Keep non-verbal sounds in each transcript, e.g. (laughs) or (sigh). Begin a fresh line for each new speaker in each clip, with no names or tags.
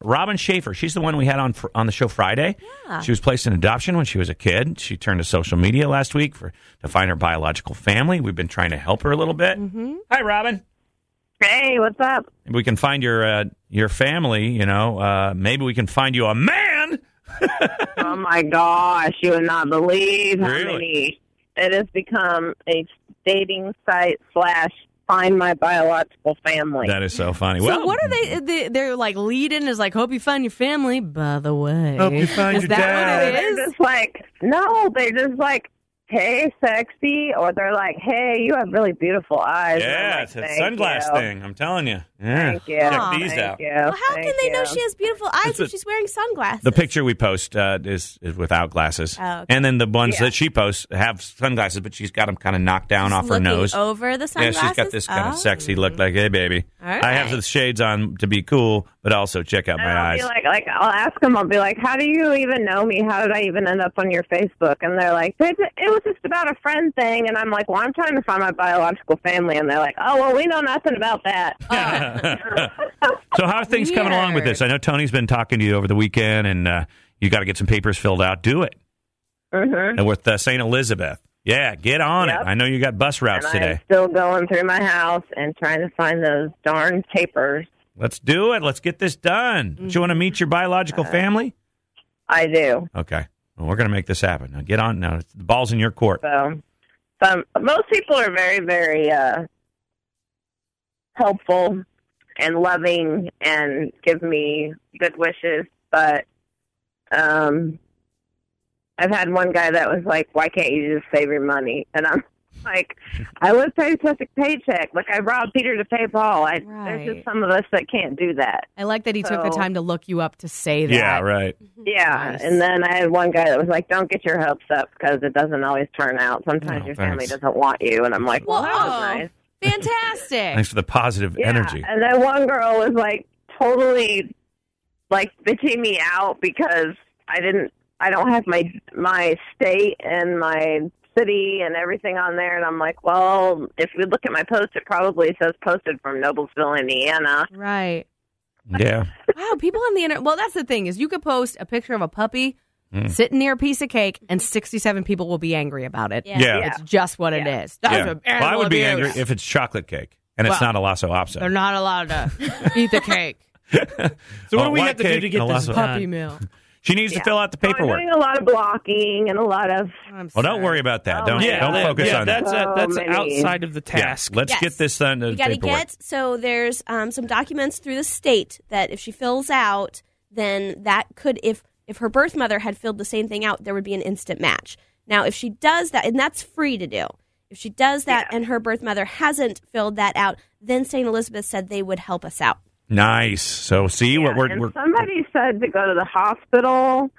Robin Schaefer, she's the one we had on fr- on the show Friday.
Yeah.
She was placed in adoption when she was a kid. She turned to social media last week for to find her biological family. We've been trying to help her a little bit. Mm-hmm. Hi, Robin.
Hey, what's
(laughs)
up?
If we can find your uh, your family, you know, uh, maybe we can find you a man.
oh my gosh, you would not believe how
Really?
many. It has become a dating site slash find my biological family.
That is so funny.
So
well,
what are they, they? They're like leading is like, hope you find your family. By the way,
Hope you find
is
your
that
dad.
what
they're
it is?
just like, no, they're just like, hey, sexy, or they're like, hey, you have really beautiful eyes. And I'm
Yeah,
like,
it's a
"Thank
sunglass
you.
thing. I'm telling you. Yeah.
Thank you.
Check these
Thank
out.
you.
Well, how
Thank
can they know
you.
she has beautiful eyes
It's a-
if she's wearing sunglasses?
The picture we post uh, is, is without glasses,
Oh, okay.
and then the ones
Yeah.
that she posts have sunglasses, but she's got them kind of knocked down
Just
off her
looking
nose.
over the
yeah,
sunglasses.
she's got this kind
Oh.
of sexy look, like, hey, baby,
All
I have
right.
the shades on to be cool, but also check out
And I'll
my eyes.
be like, like I'll ask them. I'll be like, "How do you even know me? How did I even end up on your Facebook?" And they're like, "It it was just about a friend thing." And I'm like, "Well, I'm trying to find my biological family." And they're like, "Oh, well, we know nothing about that."
(laughs) so how are things coming along with
Weird.
this? I know Tony's been talking to you over the weekend, and uh, you got to get some papers filled out. Do it
hmm
and with uh, Saint Elizabeth. Yeah, get on
Yep.
it. I know you got bus routes
And I'm
today.
still going through my house and trying to find those darn papers.
Let's do it. Let's get this done. Do you want to meet your biological family?
I do.
Okay. Well, we're going to make this happen. Now get on. Now it's- the ball's in your court.
So, some most people are very, very uh, helpful and loving and give me good wishes. But um, I've had one guy that was like, "Why can't you just save your money?" And I'm (laughs) like, "I live paycheck to paycheck. Like I robbed Peter to pay Paul. I, There's
Right.
just some of us that can't do that."
I like that he took the
So-
time to look you up to say that.
Yeah, right.
Yeah,
Nice.
and then I had one guy that was like, "Don't get your hopes up because it doesn't always turn out. Sometimes
Oh,
your
thanks.
family doesn't want you." And I'm like, "Well, that was
Whoa.
nice."
Fantastic.
Thanks for the positive
Yeah.
energy.
And then one girl was like, totally, like bitching me out because I didn't, I don't have my my state and my city and everything on there. And I'm like, well, if you look at my post, it probably says posted from Noblesville, Indiana.
Right.
Yeah.
Wow, people on the internet. Well, that's the thing is you could post a picture of a puppy
Mm.
sitting near a piece of cake, and sixty-seven people will be angry about it.
Yeah. Yeah.
It's just what it is. That was
Yeah.
an
Well, I
animal
would be
abuse.
angry if it's chocolate cake and it's
Well,
not a lasso option.
They're not allowed (laughs) to eat the cake.
So what
Oh,
do we
white
have to do
cake
to
and
get
a
this
lasso.
Puppy
done?
meal.
she needs to fill out the
So
paperwork.
I'm doing a lot of blocking and a lot of
I'm
well, don't
sorry.
worry about that.
Oh,
don't
my
Yeah,
don't
that-
focus
yeah,
on
that's
that.
a- that's
So many.
outside of the
Yeah,
task.
let's
Yes.
get this done.
You got to get so there's um, some documents through the state that if she fills out, then that could if if her birth mother had filled the same thing out, there would be an instant match. Now, if she does that, and that's free to do. If she does that and her birth mother hasn't filled that out, then St. Elizabeth said they would help us out.
Nice. So see what we're,
and
we're
somebody said to go to the hospital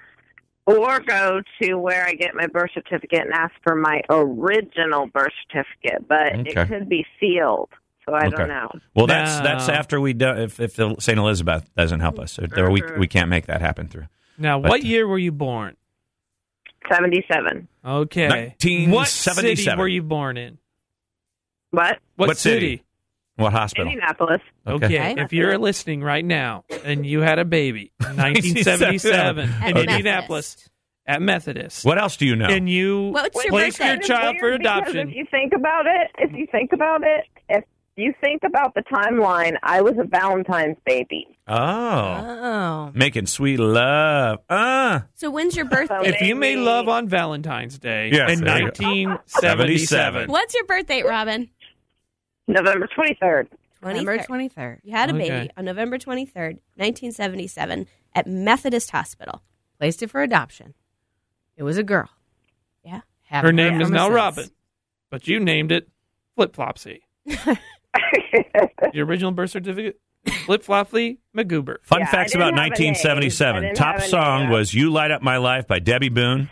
or go to where I get my birth certificate and ask for my original birth certificate, but
Okay.
it could be sealed, so I
Okay.
don't know.
well. That's that's
No.
after we do, if if the Saint Elizabeth doesn't help us, or, or we we can't make that happen through
Now,
But-
what year were you born?
Seventy-seven.
Okay. What city
1977.
were you born in?
What?
What,
What city? what hospital.
Indianapolis.
Okay.
Okay.
Okay.
If you're listening right now and you had
(laughs)
a baby in 1977 in
Okay.
Indianapolis at Methodist,
What else do you know?
and you
What's your
place
birthday?
your child for
Weird because
adoption,
If you think about it, if you think about it, if you think about the timeline, I was a Valentine's baby.
oh,
Oh.
making sweet love. Ah,
So when's your birthday?
if you made
Maybe.
love on Valentine's Day
Yes,
in
there you go.
1977,
What's your birthday, Robin?
November twenty-third. (laughs)
November
23rd.
23rd.
You had a baby
Okay.
on November 23rd, 1977 at Methodist Hospital.
Placed it for adoption. It was a girl.
Yeah.
Haven't
her name
heard
is
from
now
her
Robin,
since.
but you named it Flip Flopsy. Your original birth certificate, Flip Flopsy McGoober.
fun
Yeah, I
facts
didn't
about
have a name. I
1977.
didn't
Top
have a
song
name.
was "You Light Up My Life" by Debbie Boone.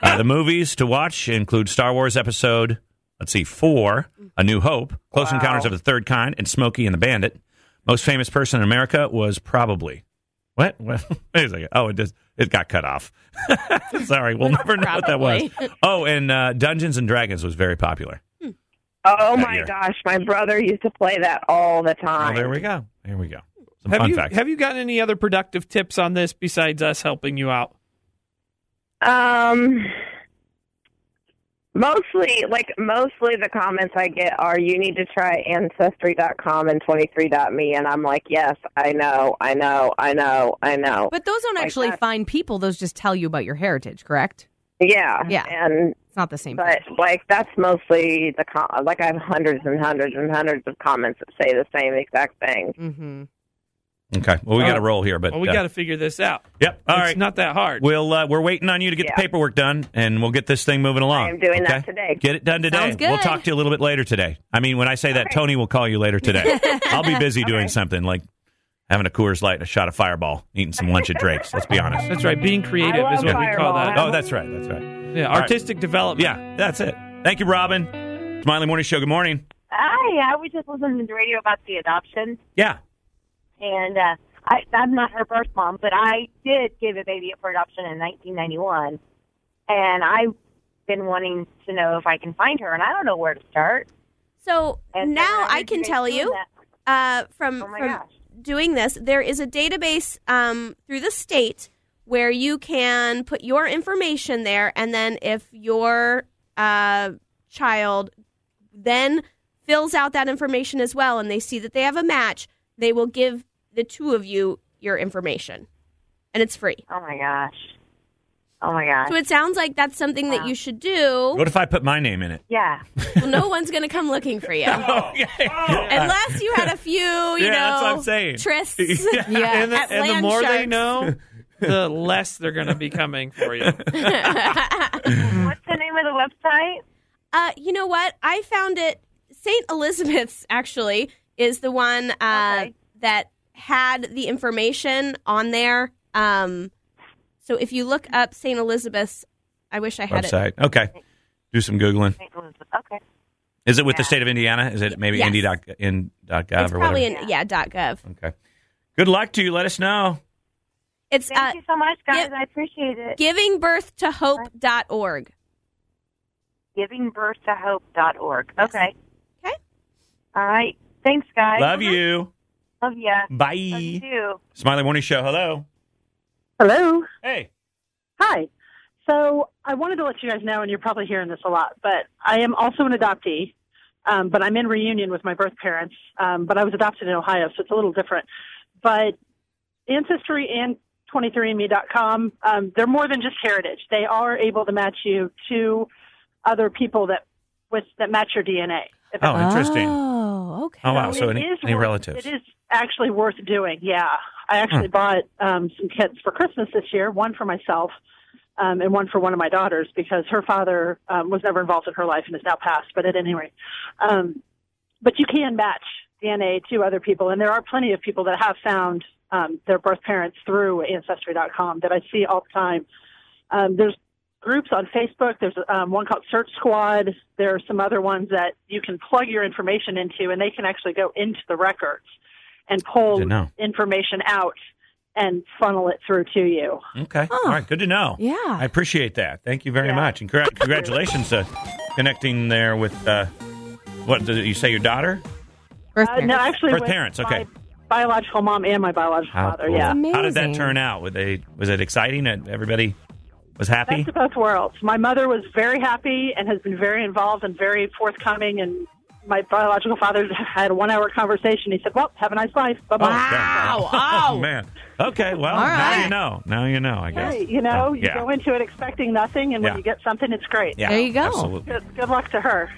Uh, the movies to watch include Star Wars Episode, let's see, four, A New Hope, Close
Wow.
Encounters of the Third Kind, and Smokey and the Bandit. Most famous person in America was probably what? (laughs) what? Wait a second. Oh, it just it got cut off. (laughs) Sorry, we'll never know what that was.
(laughs)
Oh, and uh, Dungeons and Dragons was very popular.
Oh my
year.
gosh, my brother used to play that all the
Oh,
time.
there we go. There we go. Some
Have
fun
you
facts.
have you gotten any other productive tips on this besides us helping you out?
Um, mostly, like mostly, the comments I get are, "You need to try Ancestry.com and 23.me," and I'm like, "Yes, I know, I know, I know, I know."
But those don't
Like
actually
that.
find people. Those just tell you about your heritage, correct?
yeah,
Yeah.
and
It's not the same.
but like that's mostly the com- like I have hundreds and hundreds and hundreds of comments that say the same exact thing.
Mm-hmm.
okay. Well, we
Oh.
got to roll here, but
Well, we
uh,
got to figure this out.
Yep. All
it's
right.
not that hard.
We'll uh, we're waiting on you to get the
Yeah.
paperwork done, and we'll get this thing moving along.
I am doing that
okay?
today.
Get it done today.
Sounds good.
We'll talk to you a little bit later today. I mean, when I say that, Tony will call you later
(laughs)
today. I'll be busy doing something like having a Coors Light and a shot of Fireball, eating some lunch at Drake's. Let's be honest.
That's right. Being creative
I
is
love
what we call
Fireball.
that.
Oh, that's right. That's right.
Yeah,
right.
artistic development.
Yeah, that's it. Thank you, Robin. It's Miley Morning Show. Good morning.
Hi, I was just listening to the radio about the adoption,
Yeah.
and uh, I, I'm not her birth mom, but I did give a baby up for adoption in 1991, and I've been wanting to know if I can find her, and I don't know where to start.
So
And so
now
when
I
heard
can
guys
tell
doing
you
that-
uh, from
Oh my
from
gosh!
doing this, there is a database um, through the state where you can put your information there, and then if your uh, child then fills out that information as well, and they see that they have a match, they will give the two of you your information, and it's free.
Oh my gosh! Oh my gosh!
So it sounds like that's something that you should do.
What if I put my name in it?
Yeah.
(laughs)
Well, no one's going to come looking for you
Oh.
Okay.
unless you had a few, you
yeah, that's what I'm
know,
saying.
trysts.
Yeah.
And the,
At
and the
land
more
(laughs)
they
sharks.
know, the less they're going to be coming for you.
(laughs)
What's the name of the website?
Uh, you know what? I found it. St. Elizabeth's actually is the one uh,
Okay.
that had the information on there. Um, so if you look up St. Elizabeth's, I wish I had it.
Website. Okay. Do some Googling.
St. Elizabeth. Okay.
Is it with the
Yeah.
state of Indiana? Is it maybe
Yes.
Indy dot in dot gov
It's
or
probably
whatever?
in yeah dot gov.
okay. Good luck to you. Let us know.
It's
Thank
uh,
you so much, guys.
give-
I appreciate it.
givingbirthtohope.org.
GivingBirthToHope.org. Okay.
Okay.
All right. Thanks, guys.
Love you.
Love ya. Love
Bye.
you too.
Smiley Morning Show. Hello.
Hello.
Hey.
Hi. So I wanted to let you guys know, and you're probably hearing this a lot, but I am also an adoptee. Um, but I'm in reunion with my birth parents. Um, but I was adopted in Ohio, so it's a little different. But Ancestry and 23andMe.com, um, they're more than just heritage. They are able to match you to other people that with that match your DNA. If
Oh, interesting.
Oh, okay.
Oh wow.
so
So
it
any,
is
any
worth-
relatives? Hmm.
It is actually worth doing. Yeah, I actually bought um, some kits for Christmas this year. One for myself, um, and one for one of my daughters because her father um, was never involved in her life and is now passed. But at any rate, um, but you can match DNA to other people, and there are plenty of people that have found um, their birth parents through Ancestry.com that I see all the time. Um, there's groups on Facebook. There's um, one called Search Squad. There are some other ones that you can plug your information into, and they can actually go into the records and pull
Good to know.
information out and funnel it through to you.
Okay.
Huh.
All right. Good to know.
Yeah.
I appreciate that. Thank you very
Yeah.
much, and congr- congratulations uh, connecting there with uh, what did you say? Your daughter?
Birth
Uh,
parents.
no, actually,
Birth
with
parents, okay.
My biological mom and my biological father.
cool.
Yeah,
How did that
Amazing.
turn out? Were they, was it exciting? And Everybody was happy.
best of both worlds. My mother was very happy and has been very involved and very forthcoming. And my biological father had a one-hour conversation. He said, "Well, have a nice life. Bye
Oh,
bye."
wow. (laughs) Oh, man. Okay. Well,
All
now you
right.
know. Now you know. I guess.
Right, you know,
Oh,
you
yeah.
go into it expecting nothing, and when
Yeah.
you get something, it's great.
Yeah,
There you go.
Absolutely.
Good, good luck to her.